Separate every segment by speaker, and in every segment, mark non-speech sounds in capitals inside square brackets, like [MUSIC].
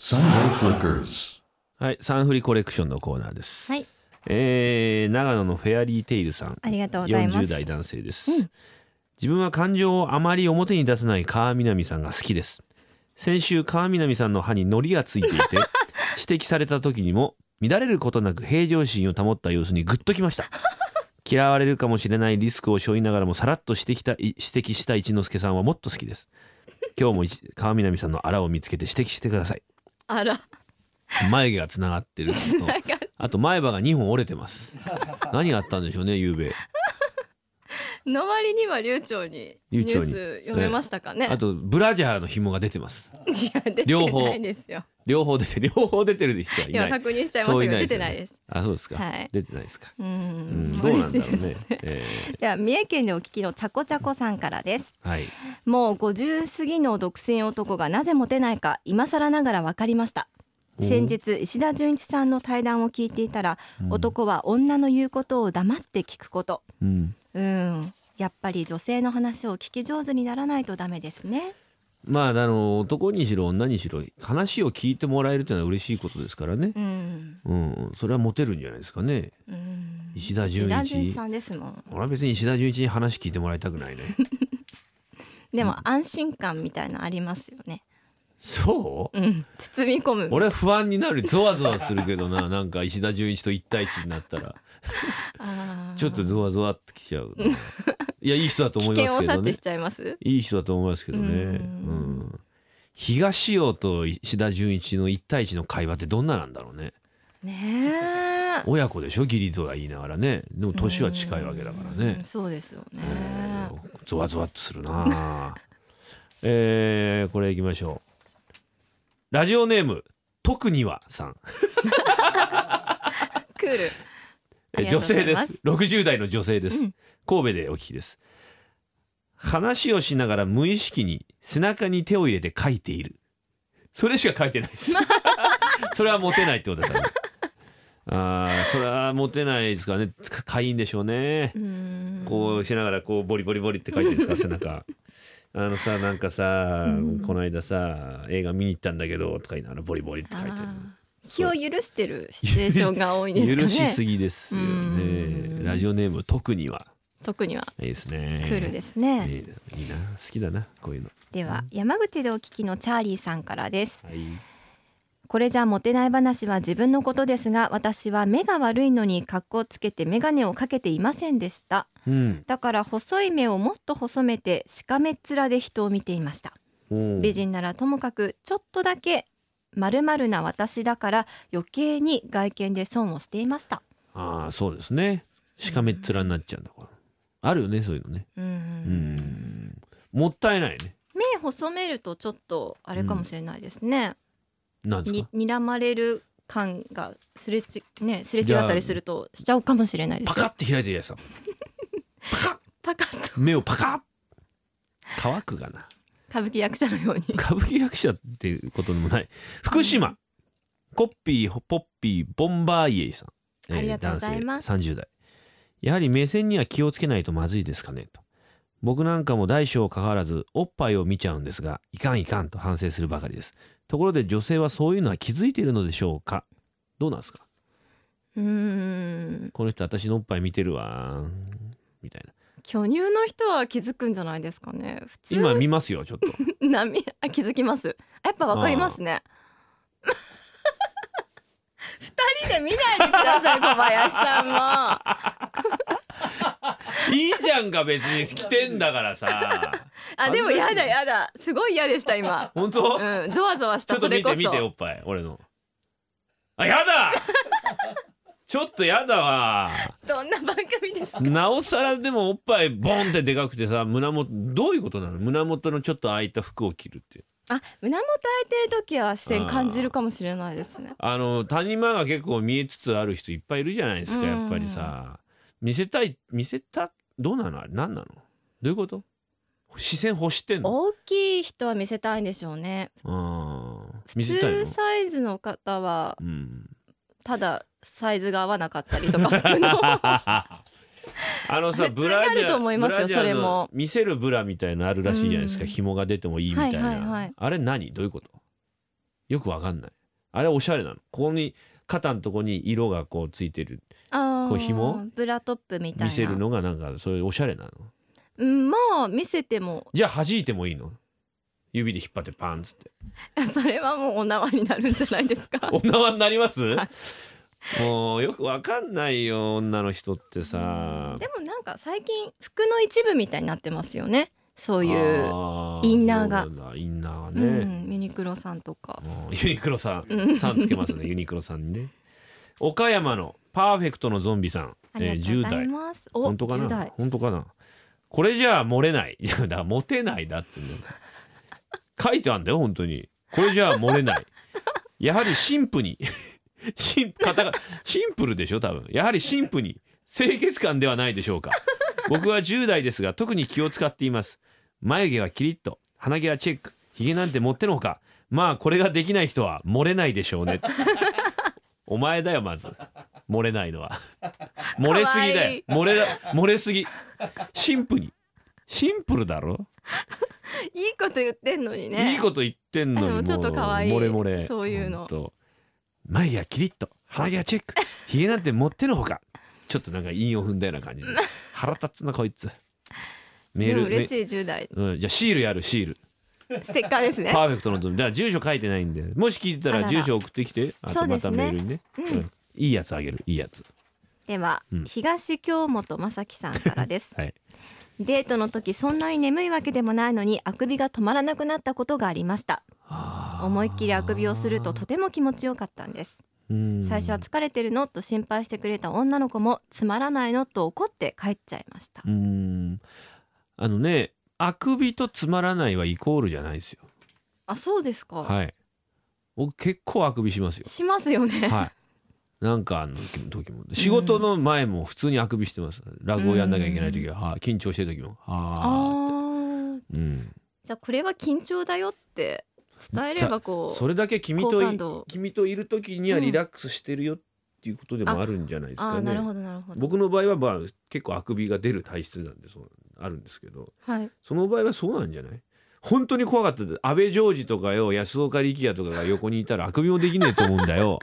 Speaker 1: Sunday Flickers.
Speaker 2: はい、サンフリコレクションのコーナーです。
Speaker 3: はい
Speaker 2: えー長野のフェアリーテイルさん。
Speaker 3: ありがとうございます
Speaker 2: 40代男性です。自分は感情をあまり表に出さない川南さんが好きです。先週川南さんの歯に糊がついてい
Speaker 3: [LAUGHS]
Speaker 2: て指摘された時にも乱れることなく平常心を保った様子にグッときました。嫌われるかもしれないリスクを背負いながらもさらっと指摘したい指摘した一之輔さんはもっと好きです。今日も一川南さんのあらを見つけて指摘してください。
Speaker 3: あら
Speaker 2: 眉毛がつながってるのとあと前歯が2本折れてます何があったんでしょうね夕べ
Speaker 3: の割には流暢に
Speaker 2: 流
Speaker 3: ニ
Speaker 2: 暢
Speaker 3: ュ
Speaker 2: に
Speaker 3: ース読めましたかね
Speaker 2: あとブラジャーの紐が出てます
Speaker 3: [LAUGHS] いや出て
Speaker 2: 両方
Speaker 3: ないですよ
Speaker 2: 両方出て両方出てる人はい
Speaker 3: 今
Speaker 2: ない
Speaker 3: 確認しちゃいました
Speaker 2: そう
Speaker 3: け
Speaker 2: い
Speaker 3: ど
Speaker 2: ない
Speaker 3: 出
Speaker 2: です
Speaker 3: て
Speaker 2: よ
Speaker 3: ない
Speaker 2: ね
Speaker 3: です
Speaker 2: あそうですか、
Speaker 3: はい
Speaker 2: 出てないですか
Speaker 3: う
Speaker 2: うん
Speaker 3: [LAUGHS]
Speaker 2: んどうなんだろ
Speaker 3: 嬉
Speaker 2: う
Speaker 3: しい
Speaker 2: ね
Speaker 3: です
Speaker 2: え
Speaker 3: では三重県でお聞きのちゃこちゃこさんからです
Speaker 2: ーはい
Speaker 3: もう50過ぎの独身男がなぜモテないか今更ながら分かりました
Speaker 2: おー
Speaker 3: 先日石田純一さんの対談を聞いていたら、男は女の言うことを黙って聞くこと
Speaker 2: うん
Speaker 3: うんやっぱり女性の話を聞き上手にならないとダメですね
Speaker 2: まああの男にしろ女にしろ話を聞いてもらえるというのは嬉しいことですからね
Speaker 3: うん、
Speaker 2: うんそれはモテるんじゃないですかね
Speaker 3: うん、
Speaker 2: 石田純
Speaker 3: 石田純
Speaker 2: 一
Speaker 3: 一さんですもん
Speaker 2: 俺は別に石田純一に話聞いてもらいたく
Speaker 3: [LAUGHS]
Speaker 2: ないね
Speaker 3: でも安心感みたいなのありますよね
Speaker 2: そう
Speaker 3: うん包み込む
Speaker 2: 俺は不安になるゾワゾワするけどな [LAUGHS] なんか石田純一と一対一になったら
Speaker 3: あー
Speaker 2: ちょっとゾワゾワってきちゃうないやいい人だと
Speaker 3: 危
Speaker 2: 思い
Speaker 3: 険
Speaker 2: ます
Speaker 3: を
Speaker 2: けど
Speaker 3: 察
Speaker 2: ね
Speaker 3: 知しちゃいます
Speaker 2: いい人だと思いますけどね
Speaker 3: うん
Speaker 2: うん東尾と石田純一の一対一の会話ってどんななんだろうね
Speaker 3: ねえ
Speaker 2: 親子でしょ義理とは言いながらねでも年は近いわけだから
Speaker 3: うん
Speaker 2: ね
Speaker 3: そうですよね、
Speaker 2: えーゾワゾワっとするな [LAUGHS] えーこれいきましょうラジオネーム特にはさん
Speaker 3: クールあ
Speaker 2: え
Speaker 3: りがと
Speaker 2: 女
Speaker 3: うござ
Speaker 2: 性
Speaker 3: い
Speaker 2: で
Speaker 3: ます
Speaker 2: す60代の女性です、神戸でお聞きです話をしながら無意識に背中に手を入れて書いているそれしか書いてないです [LAUGHS] それはモテないってことですよねあーそれはモテないですからねか会員でしょうね
Speaker 3: うーん
Speaker 2: こうしながらこうボリボリボリって書いてるんですか背中あのさなんかさ、この間さ映画見に行ったんだけどとか言いながらボリボリって書いてる
Speaker 3: あー気を許してるシチュエーションが多いですか
Speaker 2: 許しす
Speaker 3: ね
Speaker 2: ぎですよ
Speaker 3: う
Speaker 2: ね
Speaker 3: ん
Speaker 2: ラジオネーム特には
Speaker 3: 特にはい
Speaker 2: いですね
Speaker 3: クールです
Speaker 2: い
Speaker 3: ね、
Speaker 2: いないいな好きだなこういうの
Speaker 3: では山口でお聞きのチャーリーさんからです
Speaker 2: はい
Speaker 3: これじゃモテない話は自分のことですが私は目が悪いのに格好つけて眼鏡をかけていませんでした
Speaker 2: うん
Speaker 3: だから細い目をもっと細めてしかめっ面で人を見ていました
Speaker 2: おう
Speaker 3: 美人ならともかくちょっとだけ丸々な私だから余計に外見で損をしていました
Speaker 2: ああそうですねしかめっ面になっちゃうんだからあるよねそういうのね
Speaker 3: うん
Speaker 2: うんもったいないね
Speaker 3: 目細めるとちょっとあれかもしれないですね、
Speaker 2: なんです
Speaker 3: に
Speaker 2: か
Speaker 3: 睨まれる感がすれちねすれ違ったりするとしちゃうかもしれないで
Speaker 2: パ
Speaker 3: す
Speaker 2: カ
Speaker 3: よ
Speaker 2: って開いてるやつさ
Speaker 3: パカッと
Speaker 2: 目をパカッ乾くがな
Speaker 3: 歌舞伎役者の
Speaker 2: [LAUGHS]
Speaker 3: ように
Speaker 2: 歌舞伎役者っていうことでもない福島、コッピーホポッピーボンバーイエイさん、
Speaker 3: ありがとうございます
Speaker 2: 男性30代やはり目線には気をつけないとまずいですかねと僕なんかも大小かかわらずおっぱいを見ちゃうんですがいかんいかんと反省するばかりですところで女性はそういうのは気づいているのでしょうかどうなんですか
Speaker 3: うーん
Speaker 2: この人私のおっぱい見てるわみたいな
Speaker 3: 巨乳の人は気づくんじゃないですかね普通
Speaker 2: 今見ますよちょっと
Speaker 3: 波あ気づきますやっぱわかりますね [LAUGHS] 二人で見ないでください小林
Speaker 2: [LAUGHS]
Speaker 3: さんも
Speaker 2: [LAUGHS] いいじゃんか別に来てんだからさ [LAUGHS]
Speaker 3: あでもやだやだすごい嫌でした今
Speaker 2: 本当、
Speaker 3: うんゾワゾワし
Speaker 2: ちょっ
Speaker 3: た
Speaker 2: と
Speaker 3: そ
Speaker 2: 見
Speaker 3: れこ
Speaker 2: て見
Speaker 3: そ
Speaker 2: ておっぱい俺のあや
Speaker 3: [LAUGHS]
Speaker 2: だちょっとやだわ
Speaker 3: どんな番組ですか
Speaker 2: なおさらでもおっぱいボンってでかくてさ胸元どういうことなの胸元のちょっと開いた服を着るって
Speaker 3: あ胸元開いてる時は視線感じるかもしれないですね
Speaker 2: あの谷間が結構見えつつある人いっぱいいるじゃないですか
Speaker 3: うん
Speaker 2: やっぱりさ見せたい見せたどうなのあれ何なのどういうこと視線欲してんの
Speaker 3: 大きい人は見せたいんでしょうね
Speaker 2: うん見
Speaker 3: 普
Speaker 2: せたいの
Speaker 3: 通サイズの方は
Speaker 2: うん
Speaker 3: ただサイズが合わなかったりとか服の
Speaker 2: [LAUGHS] あのさ
Speaker 3: [LAUGHS] 別に
Speaker 2: ブラジ
Speaker 3: あると思
Speaker 2: ャ
Speaker 3: いますよ
Speaker 2: ブラジャーの
Speaker 3: それも
Speaker 2: 見せるブラみたいなのあるらしいじゃないですか、
Speaker 3: うん
Speaker 2: 紐が出てもいいみたいな、
Speaker 3: はいはいはい
Speaker 2: あれ何どういうことよくわかんないあれおしゃれなのここに肩のとこに色がこうついてる
Speaker 3: あー
Speaker 2: こう紐
Speaker 3: ブラトップみたいな
Speaker 2: 見せるのがなんかそれおしゃれなの
Speaker 3: うんまあ見せても
Speaker 2: じゃあ弾いてもいいの指で引っ張ってパンっつ
Speaker 3: [LAUGHS]
Speaker 2: って
Speaker 3: それはもうお縄になるんじゃないですか
Speaker 2: お縄になります、
Speaker 3: はい
Speaker 2: もうよくわかんないよ女の人ってさ
Speaker 3: でもなんか最近服の一部みたいになってますよねそういう
Speaker 2: あ
Speaker 3: インナーが
Speaker 2: そうなんだインナーが
Speaker 3: う、
Speaker 2: ね、
Speaker 3: ん、ユニクロさんとか
Speaker 2: もうユニクロさ
Speaker 3: うん
Speaker 2: んさんつけますねユニクロさんにね岡山のパーフェクトのゾンビさん、
Speaker 3: ありがとう
Speaker 2: 10
Speaker 3: ござい
Speaker 2: 代
Speaker 3: ます、お
Speaker 2: 本当か
Speaker 3: 10
Speaker 2: な
Speaker 3: 代
Speaker 2: 本当かなこれじゃあ漏れない [LAUGHS] いやだからモテないだっつうの書いてあんだよ本当にこれじゃあ漏れないやはりシンプに [LAUGHS] シン型がシンプルでしょ多分やはりシンプに清潔感ではないでしょうか僕は10代ですが特に気を使っています眉毛はキリッと鼻毛はチェックひげなんてもってのほかまあこれができない人は漏れないでしょうねお前だよまず漏れないのは漏れすぎだよ漏れ漏れすぎシンプにシンプルだろ、
Speaker 3: いいこと言ってんのに
Speaker 2: い
Speaker 3: ね
Speaker 2: いこと言ってんのに
Speaker 3: で
Speaker 2: も
Speaker 3: も
Speaker 2: う
Speaker 3: ちょっと可愛い
Speaker 2: 漏れ漏れ
Speaker 3: そういうの
Speaker 2: ほんと眉毛はキリッと鼻毛は
Speaker 3: [LAUGHS]
Speaker 2: チェックひげなんてもってのほかちょっとなんか韻を踏んだような感じで
Speaker 3: [LAUGHS]
Speaker 2: 腹立つなこいつメー
Speaker 3: で
Speaker 2: ル
Speaker 3: も嬉し
Speaker 2: め
Speaker 3: い10代
Speaker 2: うん、じゃあシールやるシール
Speaker 3: ステッカーですね
Speaker 2: パーフェクトのゾンビだから住所書いてないんでもし聞いてた
Speaker 3: あら
Speaker 2: ら
Speaker 3: ら
Speaker 2: 住所送ってきてあ
Speaker 3: そ
Speaker 2: と
Speaker 3: うで
Speaker 2: ますた
Speaker 3: ね
Speaker 2: メールにね
Speaker 3: うん
Speaker 2: うんいいやつあげるいいやつ
Speaker 3: では、
Speaker 2: うん
Speaker 3: 東京本正樹さんからで
Speaker 2: [LAUGHS]
Speaker 3: す
Speaker 2: はい
Speaker 3: デートの時そんなに眠いわけでもないのにあくびが止まらなくなったことがありました思いっきりあくびをするととても気持ちよかったんです最
Speaker 2: 最
Speaker 3: 初は疲れてるのと心配してくれた女の子もつまらないのと怒って帰っちゃいました
Speaker 2: うーんあのねあくびとつまらないはイコールじゃないですよ
Speaker 3: あそうですか、
Speaker 2: はい僕結構あくびし
Speaker 3: [LAUGHS]
Speaker 2: ますよ
Speaker 3: しますよね、
Speaker 2: はいなんかあの時も仕事の前も普通にあくびしてます落語やんなきゃいけない時は、はい緊張してる時もあ
Speaker 3: あー
Speaker 2: あ、うん、
Speaker 3: じゃあこれは緊張だよって伝えればこう
Speaker 2: それだけ君と
Speaker 3: 好
Speaker 2: い
Speaker 3: 感度
Speaker 2: 君といる時にはリラックスしてるよっていうことでもあるんじゃないです
Speaker 3: あ
Speaker 2: か
Speaker 3: ーなる
Speaker 2: ね
Speaker 3: ほどなるほど
Speaker 2: 僕の場合はまあ結構あくびが出る体質なんでそうあるんですけど
Speaker 3: はい
Speaker 2: その場合はそうなんじゃない本当に怖かったです安倍ジョージとかよ安岡力也とかが横にいたらあくびもできねえと思うんだよ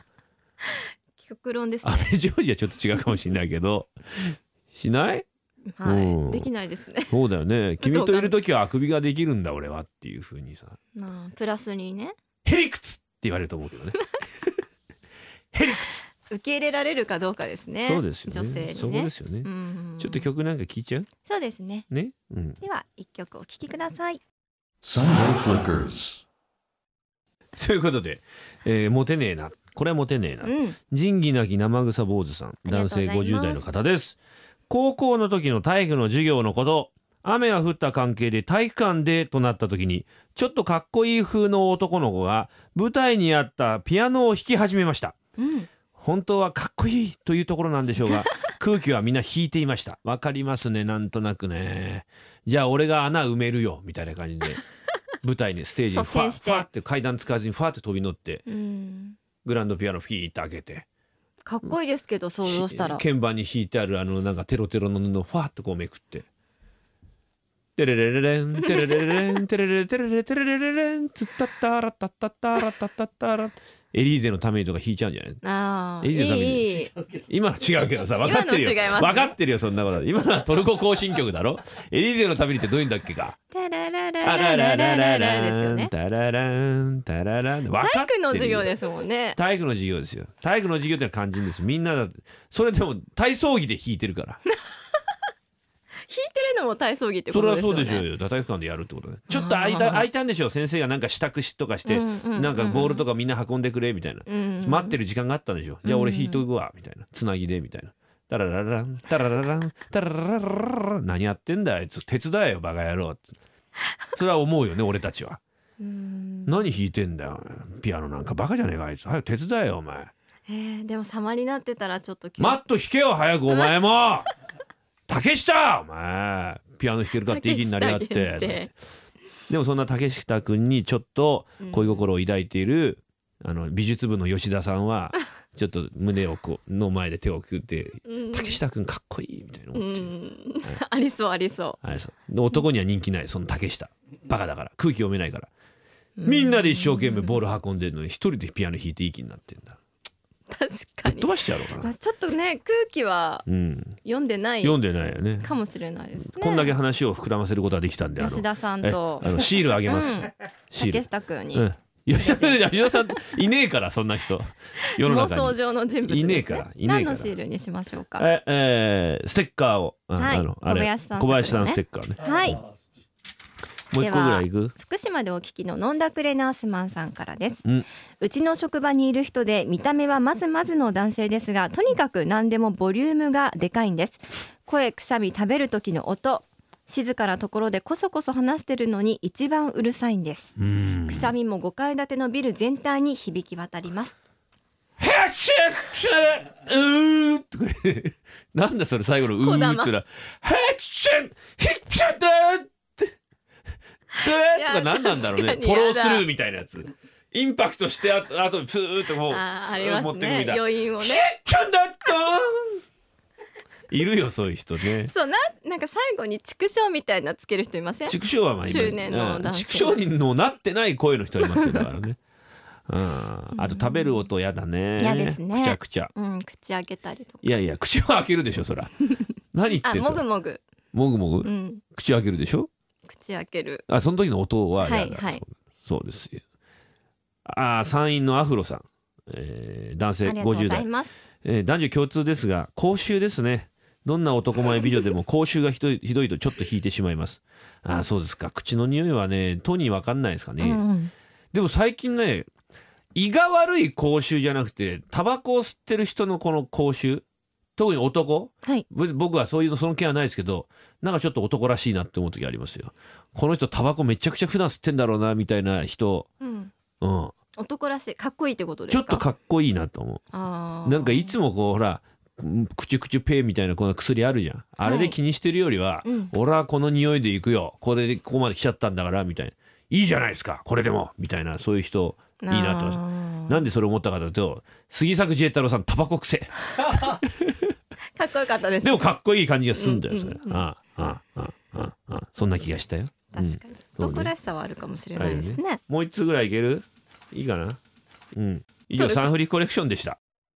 Speaker 3: 極論ですね
Speaker 2: 安倍ジョージはちょっと違うかもしれないけどしない
Speaker 3: は
Speaker 2: う
Speaker 3: い
Speaker 2: ん
Speaker 3: できないですね [LAUGHS]
Speaker 2: そうだよね君といる時はあくびができるんだ俺はっていうふうにさ
Speaker 3: なあプラスにね
Speaker 2: 「へりくつ!」って言われると思う
Speaker 3: [LAUGHS]
Speaker 2: けどねへりくつ、
Speaker 3: 受け入れられるかどうかですね
Speaker 2: そうですよね
Speaker 3: 女性にね
Speaker 2: そこですよね、
Speaker 3: うん
Speaker 2: ちょっと曲なんか聞いちゃう
Speaker 3: そうですね
Speaker 2: ねうん
Speaker 3: では一曲お聴きください
Speaker 1: Sunday Flickers.
Speaker 2: ということで、えーモテねえなこれはモテねえな
Speaker 3: うん
Speaker 2: 仁義なき生臭坊主さん
Speaker 3: りがとう
Speaker 2: 男
Speaker 3: ござ
Speaker 2: 性
Speaker 3: います
Speaker 2: 50代の方です高校の時の体育の授業のこと雨が降った関係で体育館でとなった時にちょっとかっこいい風の男の子が舞台にあったピアノを弾き始めました
Speaker 3: うん
Speaker 2: 本当はかっこいいというところなんでしょう
Speaker 3: [LAUGHS]
Speaker 2: が空気はみんな引いていましたわかりますねなんとなくねじゃあ俺が穴埋めるよみたいな感じで舞台にステージに
Speaker 3: 率
Speaker 2: ファ
Speaker 3: 先
Speaker 2: ッ
Speaker 3: して
Speaker 2: ファッって階段使わずにファッって飛び乗って
Speaker 3: うん
Speaker 2: グランドピアノフィーって開けて
Speaker 3: かっこいいですけど想像したら
Speaker 2: 鍵盤に引いてあるあのなんかテロテロの布をファーっとこうめくって。テレレレレンテレレレレンテレレレテレレテレレレレンツッタッタラッタッタッタラッタッタッタラエリーゼのためにとか弾いちゃうんじゃない
Speaker 3: ああ
Speaker 2: いいじゃん
Speaker 3: いい
Speaker 2: 今の違うけどさ分かってるよ
Speaker 3: 今の違いますね
Speaker 2: 分かってるよそんなこと今のはトルコ行進曲だろエリーゼのためにってどういうんだっけか
Speaker 3: タララ
Speaker 2: あ
Speaker 3: ラ
Speaker 2: ら
Speaker 3: ラ
Speaker 2: ららら
Speaker 3: ラララ
Speaker 2: ら
Speaker 3: ラですよね
Speaker 2: タラランタララン分かってる
Speaker 3: 体育の授業
Speaker 2: よ
Speaker 3: ですもんね
Speaker 2: 体育の授業ですよ体育の授業ってのは肝心ですみんなだそれでも体操着で弾いてるから
Speaker 3: 弾いてるのも体操着ってこ
Speaker 2: それ
Speaker 3: と
Speaker 2: は
Speaker 3: ですよ
Speaker 2: そう
Speaker 3: ね
Speaker 2: でしょうよ体育館でやるってことねちょっと空い
Speaker 3: あー
Speaker 2: た空いたんでしょう先生がなんか支度しとかして、
Speaker 3: うんうんうん
Speaker 2: なんかボールとかみんな運んでくれみたいな、
Speaker 3: うん
Speaker 2: 待ってる時間があったんでしょう、じゃあ俺引いとくわみたいなつなぎでみたいなタララランタララランタララララン何やってんだあいつ手伝えよバカ野郎ってそれは思うよね俺たちは
Speaker 3: うん
Speaker 2: 何弾いてんだよピアノなんかバカじゃねえかあいつ早く手伝えよお前
Speaker 3: えーでも様になってたらちょっと
Speaker 2: マット弾けよ早くお前も竹下お前ピアノ弾けるかって意気になりやっ
Speaker 3: 竹下限
Speaker 2: てでもそんな竹下君にちょっと恋心を抱いている、あの美術部の吉田さんは [LAUGHS] ちょっと胸をこうの前で手をくって
Speaker 3: うん
Speaker 2: 竹下君かっこいいみたいな
Speaker 3: う
Speaker 2: 思ってる、
Speaker 3: んありそうありそ
Speaker 2: あれさで男には人気ないその竹下バカだから空気読めないからみんなで一生懸命ボール運んでるのに一人でピアノ弾いていい気になってんだ
Speaker 3: 確か
Speaker 2: ぶっ
Speaker 3: に
Speaker 2: 飛。ばしてやろうか
Speaker 3: まあ
Speaker 2: な
Speaker 3: ちょっとね空気は
Speaker 2: うん
Speaker 3: 読んでない
Speaker 2: 読んでないよね
Speaker 3: かもしれないですね。
Speaker 2: こんだけ話を膨らませることができたんであの
Speaker 3: 吉田さん
Speaker 2: え
Speaker 3: と
Speaker 2: あのシールあげます、
Speaker 3: うん
Speaker 2: シー
Speaker 3: 竹
Speaker 2: ル
Speaker 3: 下くんに、
Speaker 2: うん [LAUGHS] 吉田さん吉田さんいねえからそんな [LAUGHS] 人世の
Speaker 3: 妄
Speaker 2: 中
Speaker 3: 想
Speaker 2: に
Speaker 3: 上の人物です、ね。
Speaker 2: いねえからいねえから
Speaker 3: 何のシールにしましょうか。
Speaker 2: ええーステッカーを、うん
Speaker 3: はい
Speaker 2: あれ
Speaker 3: 小林さん
Speaker 2: 小林さん
Speaker 3: 作
Speaker 2: ス
Speaker 3: のね
Speaker 2: テッカーね
Speaker 3: はい。
Speaker 2: もう一個ぐらいいく
Speaker 3: 福島でお聞きの飲んだくれナースマンさんからです、
Speaker 2: う
Speaker 3: うんちの職場にいる人で見た目はまずまずの男性ですがとにかく何でもボリュームがでかいんです声くしゃみ食べる時の音静かなところでこそこそ話してるのに一番うるさいんです
Speaker 2: うん
Speaker 3: くしゃみも5階建てのビル全体に響き渡ります
Speaker 2: ヘッシェッシェうーってこれなんだそれ最後のうーっつうのはヘッシェッヒッシェッーってトゥーとか何なんだろう
Speaker 3: い
Speaker 2: ね
Speaker 3: や確かに
Speaker 2: フォロースルーみたいなやつインパクトしてあとあとプーッともう
Speaker 3: あーありま
Speaker 2: 持っ
Speaker 3: す
Speaker 2: てく
Speaker 3: ね
Speaker 2: みたいな
Speaker 3: 余韻を
Speaker 2: ヘッ
Speaker 3: ね
Speaker 2: シェッだったーいるよそういう人ね
Speaker 3: そうななんか最後に畜生みたいなつける人いません
Speaker 2: 畜生はまあ今
Speaker 3: 中年の男性
Speaker 2: うん畜生にもなってない声の人いますよだからねうん、あと食べる音やだね
Speaker 3: 嫌ですね
Speaker 2: くちゃくちゃ
Speaker 3: うん口開けたりとか
Speaker 2: いやいや口は開けるでしょそ
Speaker 3: [LAUGHS]
Speaker 2: ら何言っ
Speaker 3: あ
Speaker 2: てんの
Speaker 3: もぐもぐ
Speaker 2: もぐも
Speaker 3: う
Speaker 2: ぐ
Speaker 3: ん
Speaker 2: 口開けるでしょ
Speaker 3: 口開ける
Speaker 2: あその時の音は
Speaker 3: はい
Speaker 2: やだ、
Speaker 3: はい
Speaker 2: そうそうですよあー山陰のアフロさん、えー男
Speaker 3: あ
Speaker 2: 性
Speaker 3: りがとうご
Speaker 2: 50
Speaker 3: ざ
Speaker 2: 代
Speaker 3: い、ます
Speaker 2: えー男女共通ですが口臭ですねどんな男前美女で
Speaker 3: [LAUGHS]
Speaker 2: も口臭がひどいひどいとちょっと引いてしまいますあーそうですか口の匂いはねとに分かんないですかね、
Speaker 3: うんうん
Speaker 2: でも最近ね胃が悪い口臭じゃなくてタバコを吸ってる人のこの口臭特に男
Speaker 3: はい。
Speaker 2: 別に僕はそういうその気はないですけどなんかちょっと男らしいなって思う時ありますよこの人タバコめちゃくちゃ普段吸ってんだろうなみたいな人、
Speaker 3: うん。
Speaker 2: うん、
Speaker 3: 男らしい、かっこいいってことで
Speaker 2: ちょ
Speaker 3: す
Speaker 2: っ
Speaker 3: か。
Speaker 2: とかっこいいなと思
Speaker 3: あ
Speaker 2: う
Speaker 3: ー
Speaker 2: なんかいつもこうほらうんクチュクチュペーみたいなこの薬あるじゃんあれで気にしてるよりは、
Speaker 3: うん
Speaker 2: 俺はこの匂いで行くよこれでここまで来ちゃったんだからみたいないいじゃないですかこれでもみたいなそういう人いいなと思います
Speaker 3: あー
Speaker 2: なんでそれ思ったかというと杉作慈太郎さんタバコく
Speaker 3: [LAUGHS]
Speaker 2: せ
Speaker 3: かっこよかったです。
Speaker 2: でもかっこいい感じがすんだよそれ、
Speaker 3: うんうんうん
Speaker 2: ああああああああそんな気がしたよ
Speaker 3: 確か
Speaker 2: う
Speaker 3: に、
Speaker 2: ん
Speaker 3: 男らしさはあるかもしれないですね。
Speaker 2: もう一通ぐらいいけるいいかなうん以上
Speaker 3: 取る
Speaker 2: サンフリーコレクションでした